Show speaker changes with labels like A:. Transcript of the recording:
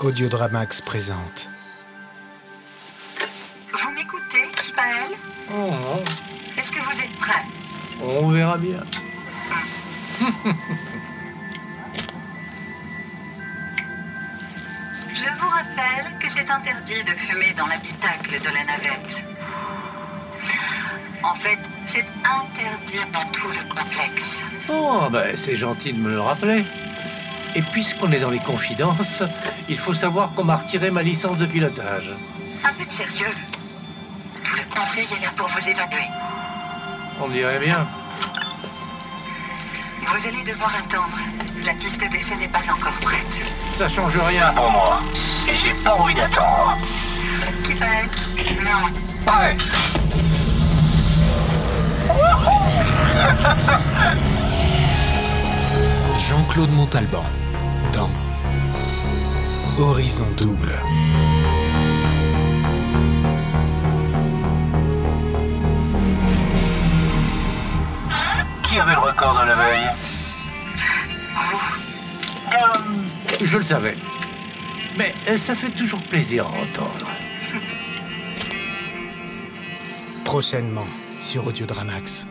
A: Audiodramax présente.
B: Vous m'écoutez, Kibael
C: Oh,
B: Est-ce que vous êtes prêt
C: on verra bien.
B: Je vous rappelle que c'est interdit de fumer dans l'habitacle de la navette. En fait, c'est interdit dans tout le complexe.
C: Oh, ben, c'est gentil de me le rappeler. Et puisqu'on est dans les confidences, il faut savoir qu'on m'a retiré ma licence de pilotage.
B: Un peu de sérieux. Tout le conseil est là pour vous évaluer.
C: On dirait bien.
B: Vous allez devoir attendre. La piste d'essai n'est pas encore prête.
C: Ça change rien.
D: pour moi. Et j'ai pas envie d'attendre.
B: Kibael Non.
D: Ouais.
A: Jean-Claude Montalban. Dans Horizon Double.
D: Qui avait le record dans la veille
C: Je le savais. Mais euh, ça fait toujours plaisir à entendre.
A: Prochainement sur Audiodramax.